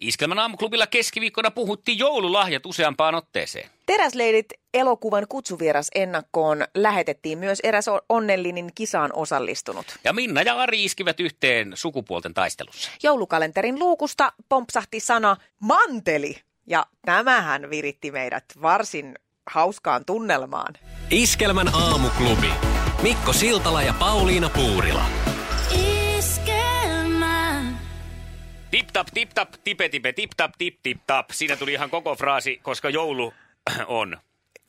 Iskelmän aamuklubilla keskiviikkona puhuttiin joululahjat useampaan otteeseen. Teräsleidit elokuvan kutsuvieras ennakkoon lähetettiin myös eräs o- onnellinen kisaan osallistunut. Ja Minna ja Ari iskivät yhteen sukupuolten taistelussa. Joulukalenterin luukusta pompsahti sana manteli. Ja tämähän viritti meidät varsin hauskaan tunnelmaan. No Iskelmän aamuklubi. Mikko Siltala ja Pauliina Puurila. Iskelmä. Tip tap, tip tap, tipe tipe, tip tap, tip tip tap. Siinä tuli ihan koko fraasi, koska joulu on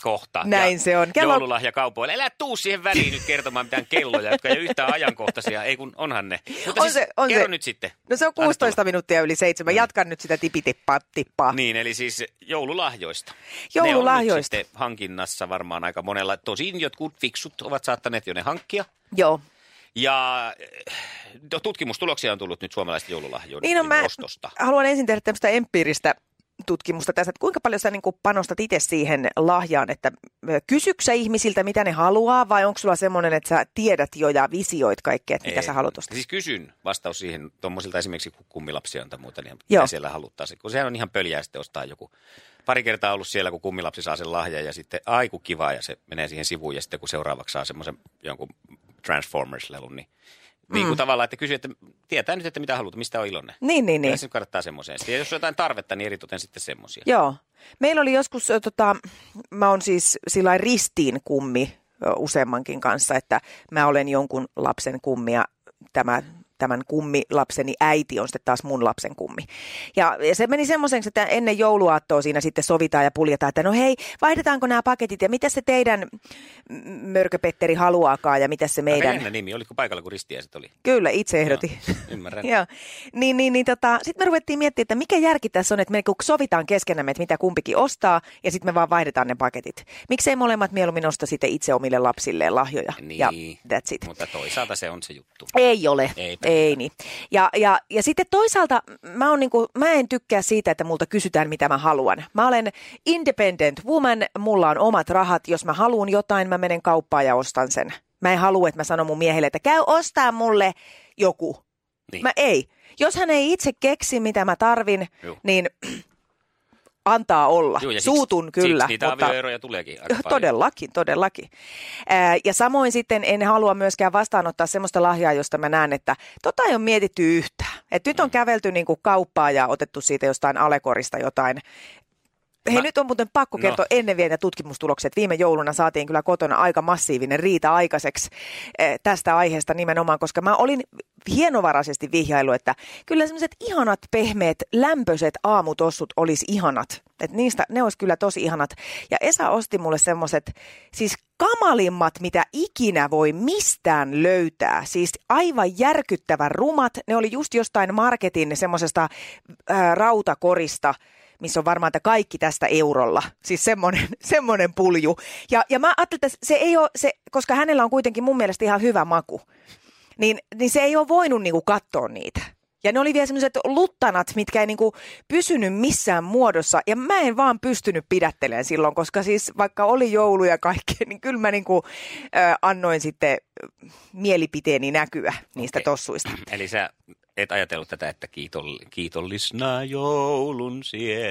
kohta. Näin ja se on. Kello- Joululahja kaupoille. Älä tuu siihen väliin nyt kertomaan mitään kelloja, jotka ei ole yhtään ajankohtaisia. Ei kun onhan ne. Mutta siis, kerro nyt sitten. No se on Anna 16 minuuttia yli seitsemän. Jatkan nyt sitä tipitippaa tippaa. tulla. Niin, eli siis joululahjoista. Ne on nyt Joululahjoista. sitten hankinnassa varmaan aika monella. Tosin jotkut fiksut ovat saattaneet jo ne hankkia. Joo. Ja eh, tutkimustuloksia on tullut nyt suomalaisten joululahjoiden Niin on, mä ostosta. haluan ensin tehdä tämmöistä empiiristä tutkimusta tässä, että kuinka paljon sä niin panostat itse siihen lahjaan, että ö, kysyksä sä ihmisiltä, mitä ne haluaa, vai onko sulla semmoinen, että sä tiedät jo ja visioit kaikkea, että mitä Ei. sä haluat ostaa? Siis kysyn vastaus siihen, tuommoisilta esimerkiksi kun kummilapsia on tai muuta, niin Joo. Joo. siellä haluttaa se. Kun sehän on ihan pöljää sitten ostaa joku. Pari kertaa ollut siellä, kun kummilapsi saa sen lahjan ja sitten aiku kivaa ja se menee siihen sivuun ja sitten kun seuraavaksi saa semmoisen jonkun Transformers-lelun, niin niin kuin tavallaan, että kysyy, että tietää nyt, että mitä haluat, mistä on iloinen. Mm. Niin, niin, Kyllä niin. se nyt kannattaa semmoiseen. Ja jos on jotain tarvetta, niin eritoten sitten semmoisia. Joo. Meillä oli joskus, ö, tota, mä oon siis sillä lailla ristiin kummi ö, useammankin kanssa, että mä olen jonkun lapsen kummi ja tämä, tämän kummi lapseni äiti on sitten taas mun lapsen kummi. Ja ja se meni semmoiseksi, että ennen jouluaattoa siinä sitten sovitaan ja puljetaan, että no hei, vaihdetaanko nämä paketit ja mitä se teidän m- mörköpetteri haluaakaan ja mitä se meidän... Meidän nimi, olitko paikalla, kun ristiäiset oli? Kyllä, itse ehdotin. ymmärrän. Joo. Niin, niin, niin tota, sitten me ruvettiin miettimään, että mikä järki tässä on, että me niinku sovitaan keskenämme, että mitä kumpikin ostaa, ja sitten me vaan vaihdetaan ne paketit. Miksei molemmat mieluummin osta sitten itse omille lapsilleen lahjoja? Niin, Ja that's it. mutta toisaalta se on se juttu. Ei ole. Ei pidä. Ei niin. Ja, ja, ja sitten toisaalta mä, on niinku, mä en tykkää siitä, että multa kysytään, mitä mä haluan. Mä olen independent woman, mulla on omat rahat. Jos mä haluan jotain, mä menen kauppaan ja ostan sen. Mä en halua, että mä sanon mun miehelle, että käy ostaa mulle joku. Niin. Mä ei. Jos hän ei itse keksi, mitä mä tarvin, Juu. niin antaa olla. Joo, ja siksi- Suutun kyllä. Siksi niitä mutta... avioeroja tuleekin aika paljon. Todellakin, todellakin. Ää, Ja samoin sitten en halua myöskään vastaanottaa semmoista lahjaa, josta mä näen, että tota ei ole mietitty yhtään. Et nyt Mm. on kävelty niin kuin kauppaa ja otettu siitä jostain alekorista jotain. Hei, Mä- nyt on muuten pakko No. kertoa ennen vielä tutkimustulokset. Viime jouluna saatiin kyllä kotona aika massiivinen riita aikaiseksi eh, tästä aiheesta nimenomaan, koska mä olin hienovaraisesti vihjailu, että kyllä semmoiset ihanat, pehmeät, lämpöiset aamutossut olisi ihanat. Et niistä, ne olisi kyllä tosi ihanat. Ja Esa osti mulle semmoiset siis kamalimmat, mitä ikinä voi mistään löytää. Siis aivan järkyttävän rumat. Ne oli just jostain marketin semmoisesta äh, rautakorista, missä on varmaan, että kaikki tästä eurolla. Siis semmoinen, semmoinen pulju. Ja, ja mä ajattelin, että se ei ole, se, koska hänellä on kuitenkin mun mielestä ihan hyvä maku, niin, niin se ei ole voinut niinku katsoa niitä. Ja ne oli vielä semmoiset luttanat, mitkä ei niinku pysynyt missään muodossa. Ja mä en vaan pystynyt pidättelemään silloin, koska siis vaikka oli joulu ja kaikkea, niin kyllä mä niinku, äh, annoin sitten äh, mielipiteeni näkyä niistä Okei. tossuista. Eli sä et ajatellut tätä, että kiitoll- kiitollisna joulun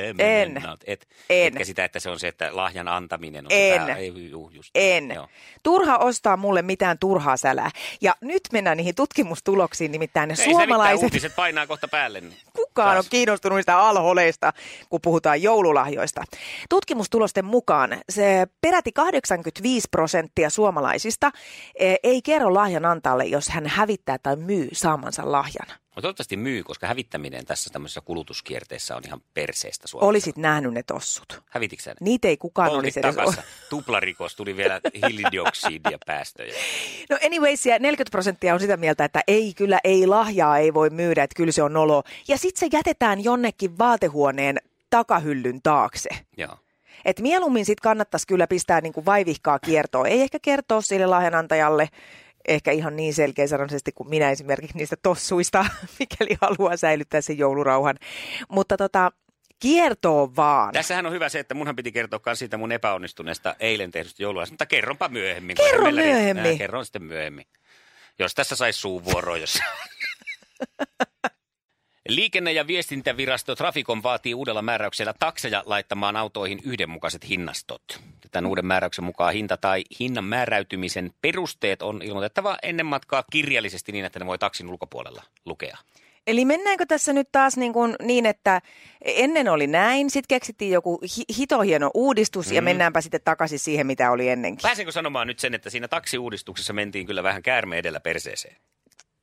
siemenennat. Et, En. Etkä sitä, että se on se, että lahjan antaminen on En. se pää- ei, juu, just, niin. En. Joo. Turha ostaa mulle mitään turhaa sälää. Ja nyt mennään niihin tutkimustuloksiin, nimittäin ne Ei se mitään, suomalaiset... uutiset painaa kohta päälle. Niin. Kukaan on Taas. kiinnostunut niistä alholeista, kun puhutaan joululahjoista. Tutkimustulosten mukaan se peräti 85 prosenttia suomalaisista eh, ei kerro lahjan antajalle, jos hän hävittää tai myy saamansa lahjan. Mutta toivottavasti myy, koska hävittäminen tässä tämmöisessä kulutuskierteessä on ihan perseestä Suomessa. Olisit nähnyt ne tossut. Hävititkö sä ne? Niitä ei kukaan Poltit olisi edes... takassa. Tuplarikos, tuli vielä hiilidioksidia päästöjä. No anyways, ja 40 prosenttia on sitä mieltä, että ei kyllä, ei lahjaa ei voi myydä, että kyllä se on nolo. Ja sitten se jätetään jonnekin vaatehuoneen takahyllyn taakse. Joo. Et mieluummin sit kannattaisi kyllä pistää niin kuin vaivihkaa kiertoon. Ei ehkä kertoa sille lahjanantajalle ehkä ihan niin selkeäsanaisesti kuin minä esimerkiksi niistä tossuista, mikäli haluaa säilyttää sen joulurauhan. Mutta tota, kiertoon vaan. Tässähän on hyvä se, että munhan piti kertoa myös siitä mun epäonnistuneesta eilen tehdystä joululaisesta, mutta kerronpa myöhemmin. kun Kerro meillä riittää. Äh, myöhemmin. kerron sitten myöhemmin. Jos tässä saisi suuvuoroa, jos... Liikenne- ja viestintävirasto Traficom vaatii uudella määräyksellä takseja laittamaan autoihin yhdenmukaiset hinnastot. Tämän uuden määräyksen mukaan hinta tai hinnan määräytymisen perusteet on ilmoitettava ennen matkaa kirjallisesti niin, että ne voi taksin ulkopuolella lukea. Eli mennäänkö tässä nyt taas niin, kuin niin että ennen oli näin, sitten keksittiin joku hi- hitohieno uudistus Mm-hmm. mm. ja mennäänpä sitten takaisin siihen, mitä oli ennenkin. Pääsenkö sanomaan nyt sen, että siinä taksiuudistuksessa mentiin kyllä vähän käärme edellä perseeseen?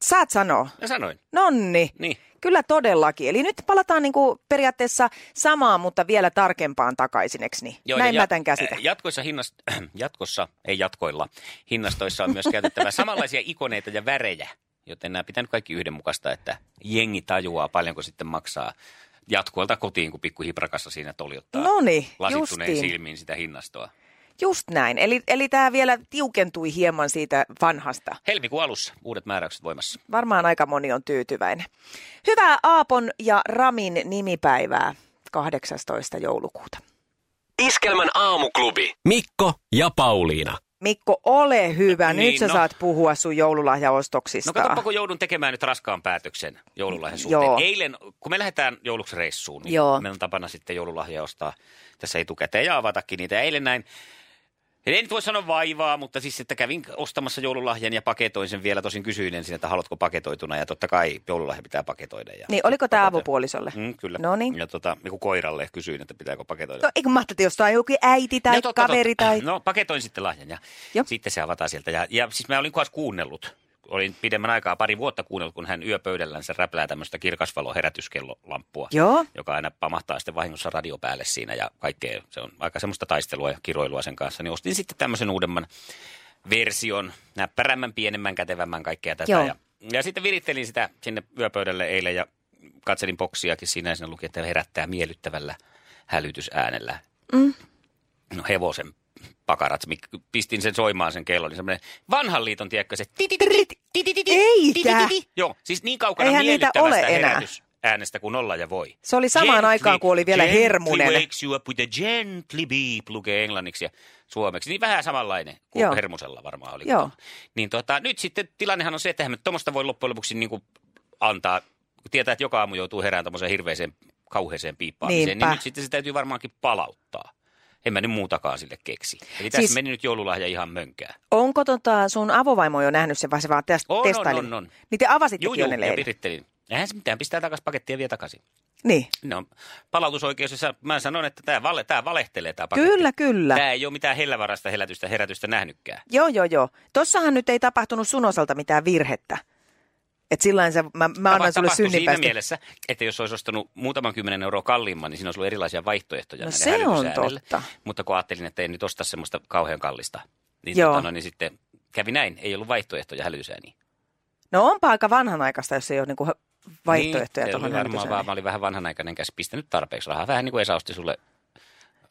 Saat sanoa. Mä sanoin. Nonni. Niin. Kyllä todellakin. Eli nyt palataan niin kuin periaatteessa samaan, mutta vielä tarkempaan takaisin, eikö niin? Näin ja mä tämän käsitän. äh, Jatkoissa hinnas, jatkossa, ei jatkoilla, hinnastoissa on myös käytettävä samanlaisia ikoneita ja värejä, joten nämä pitää nyt kaikki yhdenmukaista, että jengi tajuaa paljonko sitten maksaa jatkoilta kotiin, kun pikku hiprakassa siinä toljottaa Noni, lasittuneen No niin, justiin. silmiin sitä hinnastoa. Just näin. Eli, eli tämä vielä tiukentui hieman siitä vanhasta. Helmikuun alussa uudet määräykset voimassa. Varmaan aika moni on tyytyväinen. Hyvää Aapon ja Ramin nimipäivää 18. joulukuuta. Iskelmän aamuklubi. Mikko ja Pauliina. Mikko, ole hyvä. Niin, Nyt sä no. saat puhua sun joululahjaostoksista. No katsoppa, kun joudun tekemään nyt raskaan päätöksen joululahjan suhteen. Joo. Eilen, kun me lähdetään jouluksi reissuun, niin Joo. meillä on tapana sitten joululahja ostaa tässä etukäteen ja avatakin niitä. Ja Eilen näin, en nyt voi sanoa vaivaa, mutta siis, että kävin ostamassa joululahjan ja paketoin sen vielä. Tosin kysyin ensin, että haluatko paketoituna ja totta kai joululahja pitää paketoida. Ja Niin, oliko tämä avopuolisolle? Mm, kyllä. No niin. Ja tota, niin kuin koiralle kysyin, että pitääkö paketoida. No, eikö mä ajattelin, jos tää on joku äiti tai No totta, kaveri totta. tai... No paketoin sitten lahjan ja Joo. sitten se avataan sieltä. Ja, ja siis mä olin kanssa kuunnellut, olin pidemmän aikaa, pari vuotta kuunnellut, kun hän yöpöydällänsä räplää tämmöistä kirkasvalo herätyskellolampua. Joo. Joka aina pamahtaa sitten vahingossa radio päälle siinä ja kaikkea. Se on aika semmoista taistelua ja kiroilua sen kanssa. Niin ostin sitten tämmöisen uudemman version, näppärämmän, pienemmän, kätevämmän, kaikkea tätä. Joo. Ja, ja sitten virittelin sitä sinne yöpöydälle eilen ja katselin boksiakin siinä ja siinä luki, että herättää miellyttävällä hälytysäänellä Mm. no hevosen pakarat, mik- pistin sen soimaan sen kello, niin semmoinen vanhan liiton, tiedätkö se titititit, titititit, Eikä. titititit. Joo, siis niin kaukana Eihän niitä ole miellyttävästä enää. herätysäänestä kuin olla ja voi. Se oli samaan aikaan, kun oli vielä gently hermunen. wakes you up with a gently beep, lukee englanniksi ja suomeksi. Niin vähän samanlainen kuin Joo. Joo. hermusella varmaan oli. Joo. Niin tota, nyt sitten tilannehan on se, että eihän me tuommoista voi loppujen lopuksi niin kuin antaa, kun tietää, että joka aamu joutuu herään tuommoiseen hirveeseen kauheeseen piippaamiseen, Niinpä. niin nyt sitten se täytyy varmaankin palauttaa. En mä nyt muutakaan sille keksi. Eli tässä Siis- siis... meni nyt joululahja ihan mönkään. Onko tota sun avovaimo jo nähnyt sen vai se vaan test- On, on, testaili? on, on. Niin te avasittekin Juu, jo juu, ne ja leirit. pirittelin. Eihän se mitään, pistää takaisin pakettia ja vie takaisin. Niin. No, palautusoikeus, jossa mä sanon, että tämä vale, tää valehtelee tämä paketti. Kyllä, kyllä. Tämä ei ole mitään hellävarasta helätystä herätystä nähnytkään. Joo, joo, joo. Tossahan nyt ei tapahtunut sun osalta mitään virhettä. Et sillain sä, mä, mä annan sulle tapahtui siinä synninpäistä. mielessä, että jos olisi ostanut muutaman kymmenen euroa kalliimman, niin siinä olisi ollut erilaisia vaihtoehtoja. No näiden se on hälytysäänelle. totta. Mutta kun ajattelin, että en nyt osta semmoista kauhean kallista, niin, Joo. tota, no, niin sitten kävi näin. Ei ollut vaihtoehtoja niin- hälytysääniin. No onpa aika vanhanaikaista, jos ei ole niinku vaihtoehtoja niin, tuohon se oli varmaan vaan, hälytysään. mä olin vähän vanhanaikainen käs pistänyt tarpeeksi rahaa. Vähän niin kuin Esa osti sulle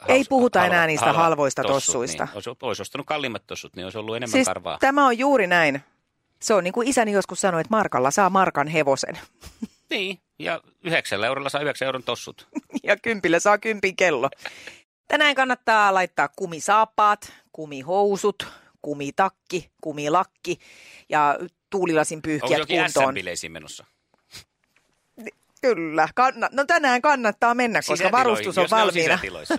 Ei haus- puhuta halva- enää niistä halvat halvoista tossut, tossuista. Niin. Olisi, olisi ostanut kalliimmat tossut, niin olisi ollut enemmän Siis karvaa. tämä on juuri näin. Se on niin kuin isäni joskus sanoi, että markalla saa markan hevosen Niin, ja yhdeksällä eurolla saa yhdeksän euron tossut. ja kympillä saa kympin kello. Tänään kannattaa laittaa kumisaappaat, kumihousut, kumitakki, kumilakki ja tuulilasin Onko pyyhkiä jokin kuntoon. SM-bileisiin menossa? Kyllä, kanna- no tänään kannattaa mennä, koska Sisätiloihin, varustus on Siis jos ne siis valmiina. sisätiloissa.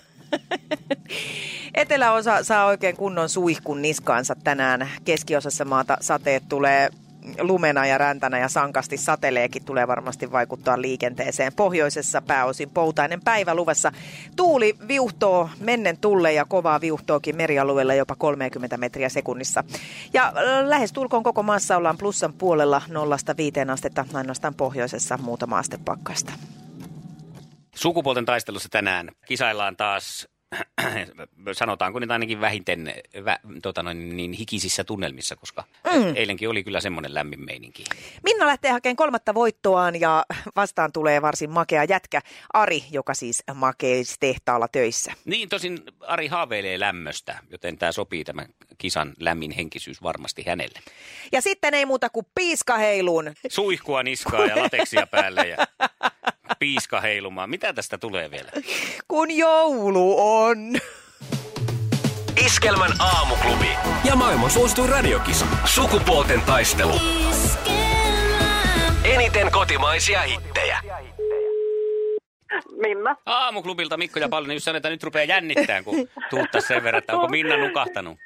Eteläosa saa oikein kunnon suihkun niskaansa tänään. Keskiosassa maata sateet tulee lumena ja räntänä ja sankasti sateleekin tulee varmasti vaikuttaa liikenteeseen. Pohjoisessa pääosin poutainen päivä luvassa. Tuuli viuhtoo mennen tulle ja kovaa viuhtoakin merialueella jopa 30 metriä sekunnissa. Ja äh, lähestulkoon koko maassa ollaan plussan puolella nollasta viiteen astetta, ainoastaan pohjoisessa muutama aste pakkasta. Sukupuolten taistelussa tänään kisaillaan taas sanotaanko nyt ainakin vähiten vä, tota noin, niin hikisissä tunnelmissa, koska mm. eilenkin oli kyllä semmoinen lämmin meininki. Minna lähtee hakemaan kolmatta voittoaan ja vastaan tulee varsin makea jätkä Ari, joka siis makeistehtaalla töissä. Niin, tosin Ari haaveilee lämmöstä, joten tämä sopii tämän kisan lämmin henkisyys varmasti hänelle. Ja sitten ei muuta kuin piiska heiluun. Suihkua niskaa ja lateksia päälle ja piiska heilumaan. Mitä tästä tulee vielä? Kun joulu on. Iskelmän aamuklubi. Ja maailman suosituin radiokisa. Sukupuolten taistelu. Eniten kotimaisia hittejä. Minna. Aamuklubilta Mikko ja Pallinen, just sanoin, että nyt rupeaa jännittämään, kun tuutta sen verran, että onko Minna nukahtanut.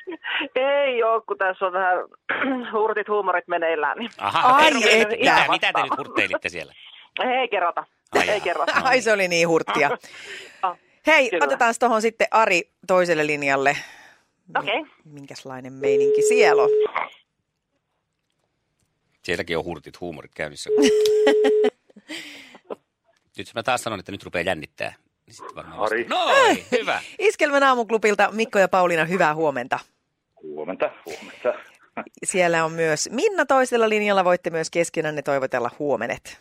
Ei ole, kun tässä on vähän hurtit huumorit meneillään. Niin. Aha, Ai kerro nyt, että. mitä, mitä te nyt hurtteilitte siellä? Ei kerrota. Ai jaa. No. Ei kerrota. Ai se oli niin hurttia. Ah, Hei, Kyllä. otetaan tuohon sitten Ari toiselle linjalle. Okei. Okay. Minkäslainen meininki siellä on? Sielläkin on hurtit huumorit käynnissä. nyt jos mä taas sanon, että nyt rupeaa jännittää. Niin sitten varmaan Ari. vastaan. Noin, hyvä. Iskelmän aamuklubilta Mikko ja Pauliina, hyvää huomenta. Huomenta, huomenta. Siellä on myös Minna toisella linjalla. Voitte myös keskenänne toivotella huomenet.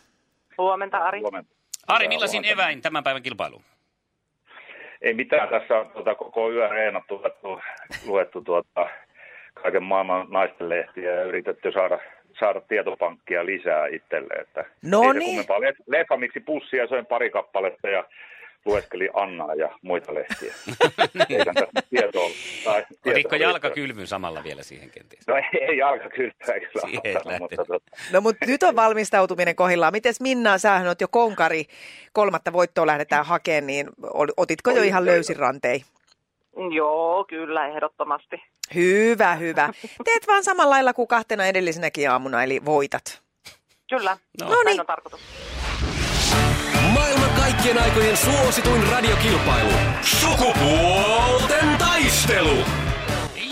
Huomenta, Ari. huomenta. Ari, Hyvää millaisin huomenta. eväin tämän päivän kilpailu? Ei mitään, tässä on tuota, koko yö reenattu, luettu, luettu tuota, kaiken maailman naisten lehtiä ja yritetty saada, saada tietopankkia lisää itselle. Että No ei se niin. kummempaa. Le- Lefamiksi pussia söin pari kappaletta ja lueskelin Annaa ja muita lehtiä. Ei tästä tietoa ollut. Tai tietoa Niin. Rikko riittää. jalkakylvyn samalla vielä siihen kenties. No ei, ei jalka kyllä, kyllä Siihen ottanut, lähtenyt. mutta tuota, No mutta nyt on valmistautuminen kohillaan. Mites Minna, sähän oot jo konkari. Kolmatta voittoa lähdetään hakemaan, niin ol- otitko jo ihan löysin rantein? Joo, kyllä, ehdottomasti. Hyvä, hyvä. Teet vaan samalla lailla kuin kahtena edellisenäkin aamuna, eli voitat. Kyllä. No. Näin Noniin. on tarkoitus. Maailman kaikkien aikojen suosituin radiokilpailu. Sukupuolten taistelu.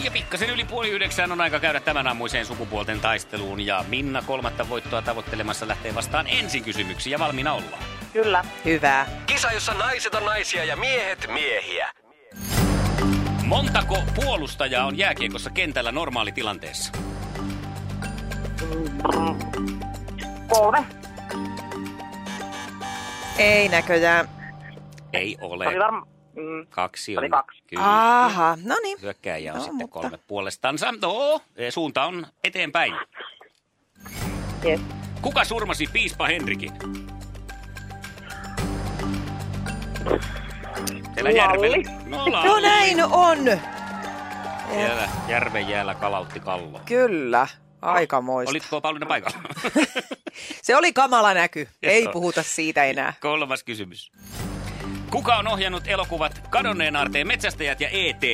Ja pikkasen yli puoli yhdeksään on aika käydä tämän aamuiseen sukupuolten taisteluun. Ja Minna kolmatta voittoa tavoittelemassa lähtee vastaan ensin kysymyksiin ja valmiina ollaan. Kyllä. Hyvä. Kisa, jossa naiset on naisia ja miehet miehiä. Montako puolustajaa on jääkiekossa kentällä normaalitilanteessa? Kolme. Ei näköjään. Ei ole. Oli varmaan... Mm. Kaksi on. Oli kaksi. Kyllä. Aha, no niin. Hyökkääjä on No, sitten mutta- kolme puolestansa. No, suunta on eteenpäin. Yes. Kuka surmasi piispa Henrikin? Siellä Lalli. järvellä. No, Lalli. No näin on. Siellä järven jäällä kalautti kalloa. Kyllä. Aikamoista. Olitko Pauliina paikalla? Se oli kamala näky. Ei Joo. puhuta siitä enää. Kolmas kysymys. Kuka on ohjannut elokuvat Kadonneen aarteen metsästäjät ja E E.T.?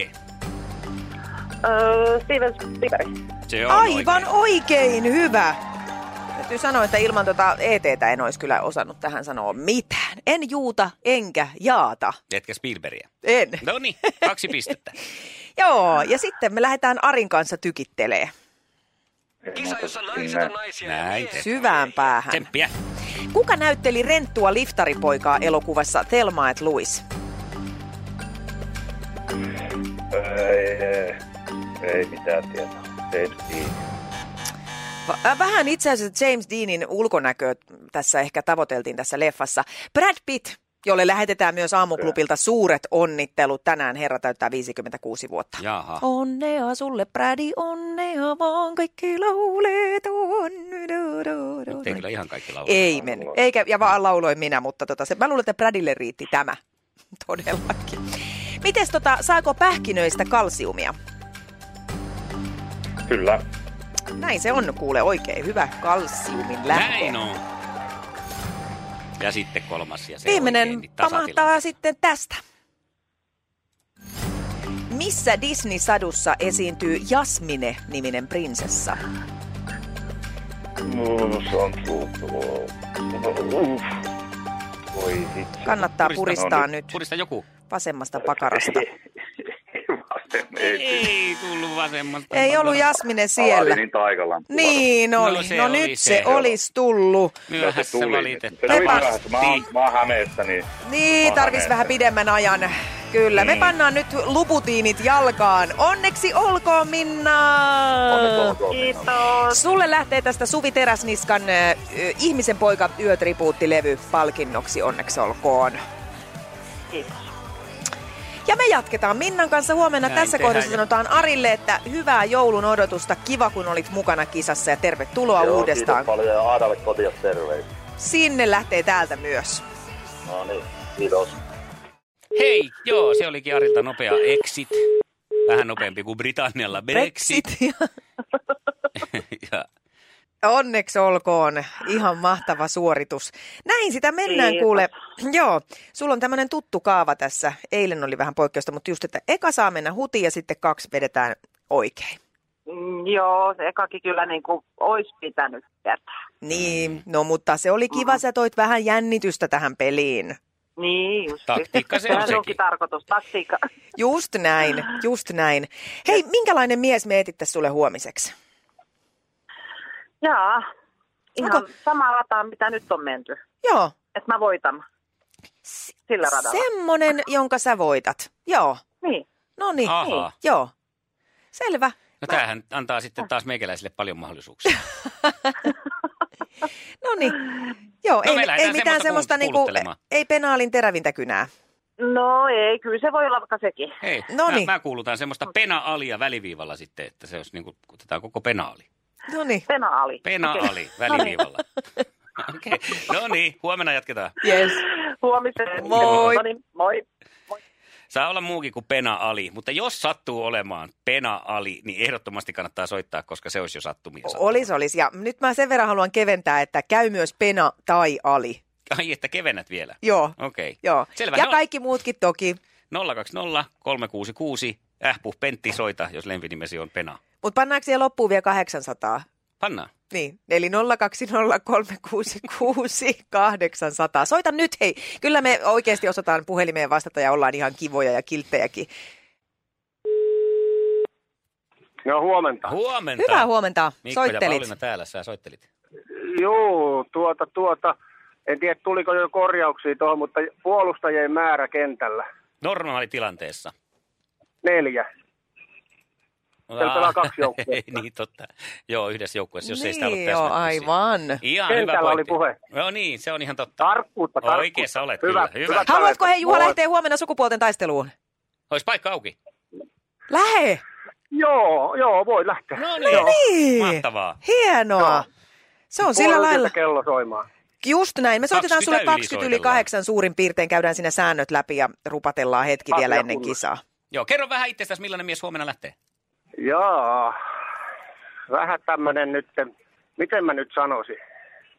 Öö, Steven Spielberg. Se Aivan oikein. oikein, hyvä. Täytyy sanoa, että ilman tota ETtä en olisi kyllä osannut tähän sanoa mitään. En juuta, enkä jaata. Etkä Spielbergia. En. No niin, kaksi pistettä. Joo, ja sitten me lähdetään Arin kanssa tykittelee ei Kisa, muuta jossa kuin naiset sinne. on niin naisia ja Näin. miehet. syvään päähän. Tsemppiä. Kuka näytteli renttua liftaripoikaa elokuvassa Thelma et Louis? Ei, ei, ei mitään tietoa. Ei, niin. ei. Va- äh, Vähän itse asiassa James Deanin ulkonäköä tässä ehkä tavoiteltiin tässä leffassa. Brad Pitt, jolle lähetetään myös aamuklubilta suuret onnittelut. Tänään herra täyttää 56 vuotta. Jaha. Onnea sulle, Brädi, onnea vaan, kaikki lauleet on. Nyt ei kyllä ihan kaikki laulaa. Ei mennyt, Eikä, ja vaan lauloin minä, mutta tota, se, mä luulen, että Brädille riitti tämä. Todellakin. Mites tota, saako pähkinöistä kalsiumia? Kyllä. Näin se on, kuule oikein hyvä kalsiumin lähde. Näin on. Ja sitten kolmas ja se oikein, Viimeinen niin tasatilanne. pamahtaa sitten tästä. Missä Disney-sadussa esiintyy Jasmine-niminen prinsessa? Mm, Se on tullut. Uff. Voi vitsi. Kannattaa Purista- puristaa nyt Purista joku. vasemmasta pakarasta. Vasten ei. Ei tullut vasemmasta. Ei ollut Jasmine siellä. Niin taikalan. Niin oli. No No, se no oli nyt se. se olisi tullut. Myöhässä Se tuli valitettavasti. myöhässä. Mä oon, mä oon Hämeestä, niin Niin, Onhan tarvis ne. vähän pidemmän ajan. Kyllä, Niin. me pannaan nyt luputiinit jalkaan. Onneksi olkoon, Minna! Onneksi olkoon. Kiitos. Sulle lähtee tästä Suvi Teräsniskan ö, Ihmisen poika yötribuuttilevy palkinnoksi, onneksi olkoon. Kiitos. Ja me jatketaan Minnan kanssa huomenna. Näin Tässä tehdään kohdassa ja- sanotaan Arille, että hyvää joulun odotusta. Kiva, kun olit mukana kisassa ja tervetuloa Joo, uudestaan. Kiitos paljon ja Aadalle kotia terveisiä. Sinne lähtee täältä myös. No niin, kiitos. Hei, joo, se olikin Arilta nopea exit. Vähän nopeampi kuin Britannialla Brexit. ja Onneksi olkoon. Ihan mahtava suoritus. Näin sitä mennään Kiitos. kuule. Joo, sulla on tämmöinen tuttu kaava tässä. Eilen oli vähän poikkeusta, mutta just, että eka saa mennä huti ja sitten kaksi vedetään oikein. Mm, joo, se ekakin kyllä niin kuin olisi pitänyt jättää. Niin, no mutta se oli kiva, sä toit vähän jännitystä tähän peliin. Niin, just. Taktiikka se on Sehän sekin. onkin tarkoitus, taktiikka. Just näin, just näin. Hei, minkälainen mies mietittäisi sulle huomiseksi? Jaa, ihan Onko- Onko? sama rataan, mitä nyt on menty. Joo, Että mä voitan sillä radalla. semmonen, jonka sä voitat. Joo, Niin, no niin, Ahaa. joo. Selvä. no tämähän antaa sitten taas meikäläisille paljon mahdollisuuksia. No niin. Joo, No ei, me ei lähdetään mitään semmoista semmoista kuul- niinku, kuuluttelemaan. ei penaalin terävintä kynää. no ei, kyllä se voi olla vaikka sekin. Hei, No mä, niin. mä kuulutan semmoista pena-alia väliviivalla sitten, että se olisi niin kuin, otetaan koko penaali. No niin, Penaali. No Penaali väliviivalla. Okei, no niin, huomenna jatketaan. yes. Huomiseen. Moi. No niin, moi. Saa olla muukin kuin Pena Ali, mutta jos sattuu olemaan Pena Ali, niin ehdottomasti kannattaa soittaa, koska se olisi jo sattumia. sattumia. Olis, olis. Ja nyt mä sen verran haluan keventää, että käy myös pena tai ali. Ai, että kevennät vielä. Joo, Okei. joo. Selvä. ja no, kaikki muutkin toki. 020 366 ähpuh Pentti soita, jos lempinimesi on Pena. Mutta pannaanko siihen loppuun vielä 800? Pannaan. Niin, eli 020366800. Soita nyt, hei. Kyllä me oikeasti osataan puhelimeen vastata ja ollaan ihan kivoja ja kilttejäkin. No huomenta. Huomenta. Hyvää huomenta. Mikko ja Soittelit. Pauliina täällä, sä soittelit. Joo, tuota, tuota. En tiedä, tuliko jo korjauksia tuohon, mutta puolustajien määrä kentällä. Normaalitilanteessa. Neljä. Siellä pelaa kaksi joukkuetta. niin, totta. Joo, yhdessä joukkueessa, jos ei sitä ollut niin, joo, täsmennyksiä. aivan. Ihan Sen hyvä täällä pointti. oli puhe. No niin, se on ihan totta. Tarkkuutta, tarkkuutta. Oikeassa olet, hyvä, kyllä, hyvä. hyvä Haluatko hei Juha Moi. lähteä huomenna sukupuolten taisteluun? Olisi paikka auki. Lähe! Joo, joo, voi lähteä. No niin. No niin! Mahtavaa. Hienoa! Joo. Se on sillä Puoli lailla. yötä kello soimaan. Just näin. Me soitetaan 20 sulle yli 20 yli soitellaan. 8 suurin piirtein. Käydään sinne säännöt läpi ja rupatellaan hetki Asia vielä ennen kunnossa. kisaa. Joo, kerro vähän itsestäsi, millainen mies huomenna lähtee. Jaa, vähän tämmönen nyt, miten mä nyt sanoisin?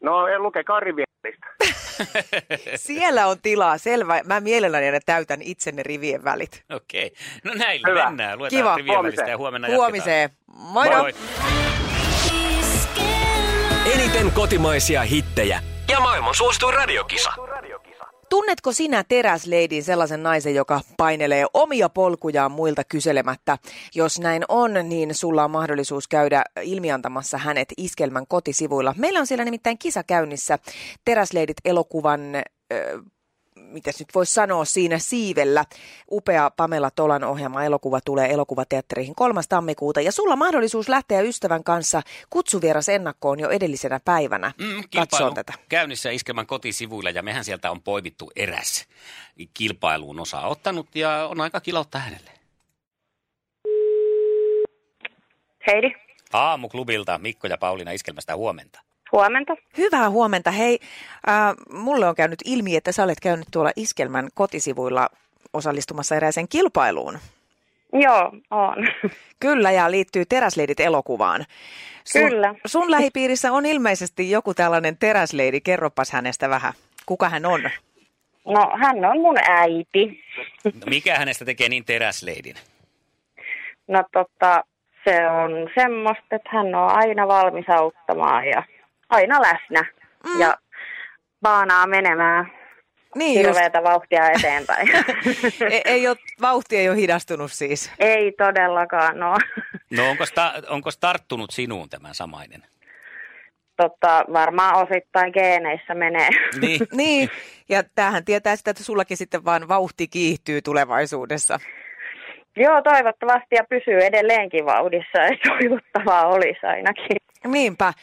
No, en luke karivielistä. Siellä on tilaa, selvä. Mä mielelläni aina täytän itsenne rivien välit. Okei. No näillä Hyvä. mennään. Luetaan Kiva. rivien välistä Huomiseen. ja huomenna jatketaan. Huomiseen. Moi! moi. Eniten kotimaisia hittejä Ja maailman suosituin radiokisa. Tunnetko sinä teräsleidin sellaisen naisen, joka painelee omia polkujaan muilta kyselemättä? Jos näin on, niin sulla on mahdollisuus käydä ilmiantamassa hänet Iskelmän kotisivuilla. Meillä on siellä nimittäin kisa käynnissä teräsleidit elokuvan... Ö, mitäs nyt voisi sanoa siinä siivellä. Upea Pamela Tolan ohjaama elokuva tulee elokuvateatteriin 3. tammikuuta ja sulla mahdollisuus lähteä ystävän kanssa kutsuvieras ennakkoon jo edellisenä päivänä. Mm, Katsoa kilpailu tätä. käynnissä Iskelman kotisivuilla ja mehän sieltä on poimittu eräs kilpailuun osaa ottanut ja on aika kilauttaa hänelle. Heidi, Aamuklubilta Mikko ja Pauliina Iskelmästä huomenta. huomenta. Hyvää huomenta. Hei, äh, mulle on käynyt ilmi, että sä olet käynyt tuolla Iskelmän kotisivuilla osallistumassa erääseen kilpailuun. Joo, on. Kyllä, ja liittyy Teräsleidit elokuvaan. Sun, Kyllä. Sun lähipiirissä on ilmeisesti joku tällainen teräsleidi. Kerropas hänestä vähän. Kuka hän on? No, hän on mun äiti. Mikä hänestä tekee niin teräsleidin? No tota, se on semmoista, että hän on aina valmis auttamaan ja aina läsnä. Mm. Ja baanaa menemään Niin just. hirveätä vauhtia eteenpäin. ei, ei ole, vauhti ei ole hidastunut siis. Ei todellakaan, no. No onko, sta, onko tarttunut sinuun tämän samainen? tota, varmaan osittain geeneissä menee. Niin. Niin, ja tämähän tietää sitä, että sullakin sitten vaan vauhti kiihtyy tulevaisuudessa. Joo, toivottavasti ja pysyy edelleenkin vauhdissa, ja toivottavaa olisi ainakin. Niinpä.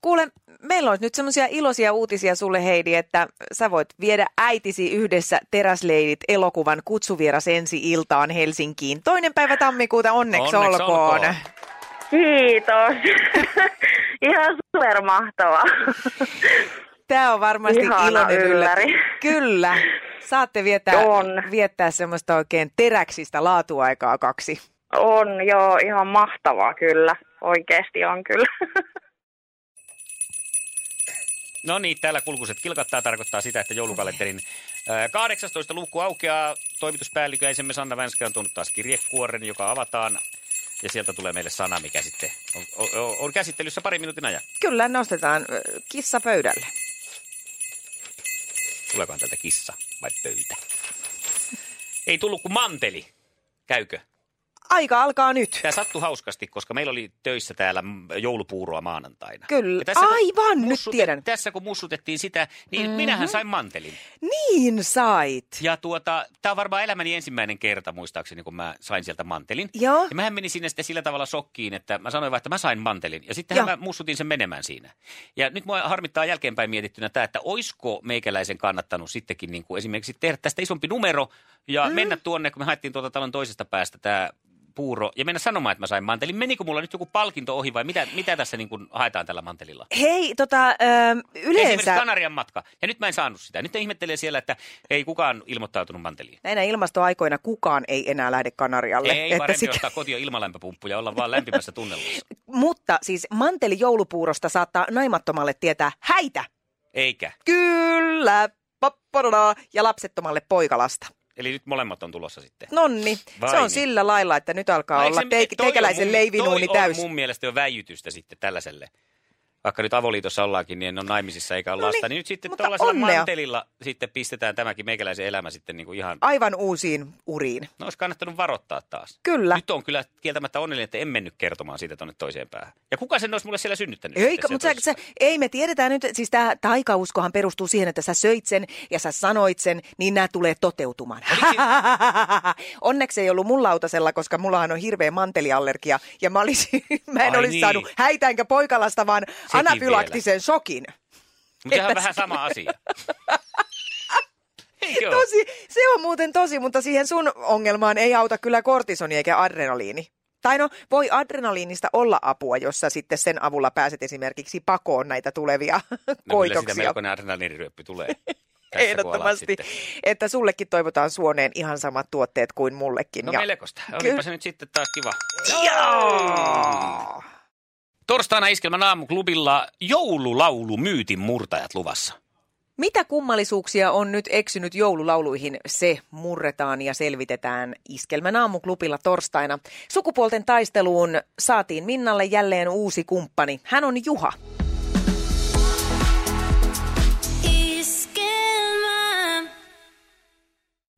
Kuule, meillä on nyt semmoisia iloisia uutisia sulle Heidi, että sä voit viedä äitisi yhdessä teräsleidit elokuvan kutsuvieras ensi iltaan Helsinkiin. Toinen päivä tammikuuta, onneksi, Onneksi olkoon. olkoon. Kiitos. Ihan supermahtavaa. Tämä on varmasti Ihana iloinen ylläri. yllätys. Kyllä. Saatte viettää, On. viettää semmoista oikein teräksistä laatuaikaa kaksi. On, joo, ihan mahtavaa kyllä. Oikeasti on kyllä. No niin, täällä kulkuset kilkattaa tarkoittaa sitä, että joulukalenterin ää, 18. luukku aukeaa. Toimituspäällikkö Eisemme Sanna Vänskä on tuonut taas kirjekuoren, joka avataan. Ja sieltä tulee meille sana, mikä sitten on, on, on käsittelyssä pari minuutin ajan. Kyllä, nostetaan ö, kissa pöydälle. Tuleekohan tältä kissa vai pöytä? Ei tullut kuin manteli. Käykö? Aika alkaa nyt. Tämä sattui hauskasti, koska meillä oli töissä täällä mm, joulupuuroa maanantaina. Kyllä. Ja kun Aivan, nyt mussute- tiedän. Mhm. Tässä kun mussutettiin sitä, niin mm-hmm. minähän sain mantelin. Niin sait. Ja tuota, tämä on varmaan elämäni ensimmäinen kerta muistaakseni, kun mä sain sieltä mantelin. Joo. Ja mähän menin sinne sitten sillä tavalla shokkiin, että mä sanoin vaan, että mä sain mantelin. Ja sittenhän Joo. mä mussutin sen menemään siinä. Ja nyt mua harmittaa jälkeenpäin mietittynä tämä, että oisko meikäläisen kannattanut sittenkin niin kuin esimerkiksi tehdä tästä isompi numero ja mm. mennä tuonne, kun me haettiin tuolta talon toisesta päästä tämä puuro ja mennä sanomaan, että mä sain mantelin. Menikö mulla nyt joku palkinto ohi vai mitä, mitä tässä niin kuin haetaan tällä mantelilla? Hei, tota, ö, Esimerkiksi yleensä Kanarian matka. Ja nyt mä en saanut sitä. Nyt ne ihmettelee siellä, että ei kukaan ilmoittautunut manteliin. näinä ilmastoaikoina kukaan ei enää lähde Kanarialle. Ei, Että parempi sit- ottaa kotiin ilmalämpöpumppu ja olla vaan lämpimässä tunnelmassa. Mutta siis manteli joulupuurosta saattaa naimattomalle tietää häitä. Eikä. Kyllä. Pappadada. Ja lapsettomalle poikalasta. Eli nyt molemmat on tulossa sitten. Nonni, Vai se on niin. sillä lailla, että nyt alkaa No eikö olla se- No, teik- toi on teikäläisen mun- leivinuuni toi täys. on mun mielestä jo väijytystä sitten tällaiselle. Vaikka nyt avoliitossa ollaankin, niin en ole naimisissa eikä ole No niin, lasta. Niin nyt sitten mutta tuollaisella onnea. mantelilla sitten pistetään tämäkin meikäläisen elämä sitten niin kuin ihan... Aivan uusiin uriin. No olisi kannattanut varoittaa taas. Kyllä. Nyt on kyllä kieltämättä onnellinen, että en mennyt kertomaan siitä tonne toiseen päähän. Ja kuka sen olisi mulle siellä synnyttänyt? Ei, sitten siellä mutta sä, toisessa sä, ei me tiedetään nyt, siis tämä taikauskohan perustuu siihen, että sä söit sen ja sä sanoit sen, niin nämä tulee toteutumaan. Onneksi ei ollut mun lautasella, koska mullahan on hirveä manteliallergia ja mä, olisin, mä en Ai olisi niin. saanut häitäänkä poikalasta, vaan Sekin anafylaktisen shokin. Mutta sehän on vähän sama asia. Eikö ole? Tosi, se on muuten tosi, mutta siihen sun ongelmaan ei auta kyllä kortisoni eikä adrenaliini. Tai no, voi adrenaliinista olla apua, jossa sitten sen avulla pääset esimerkiksi pakoon näitä tulevia No kyllä sitä koitoksia. melkoinen adrenaliiniryöppy tulee. tässä, kun alat Ehdottomasti, sitten. että sullekin toivotaan suoneen ihan samat tuotteet kuin mullekin. No ja- melkoista. Kyllä. Olipa se nyt sitten taas kiva. Torstaina Iskelmän aamuklubilla joululaulu myytin murtajat luvassa. Mitä kummallisuuksia on nyt eksynyt joululauluihin? Se murretaan ja selvitetään Iskelmän aamuklubilla torstaina. Sukupuolten taisteluun saatiin Minnalle jälleen uusi kumppani. Hän on Juha. Iskelmä.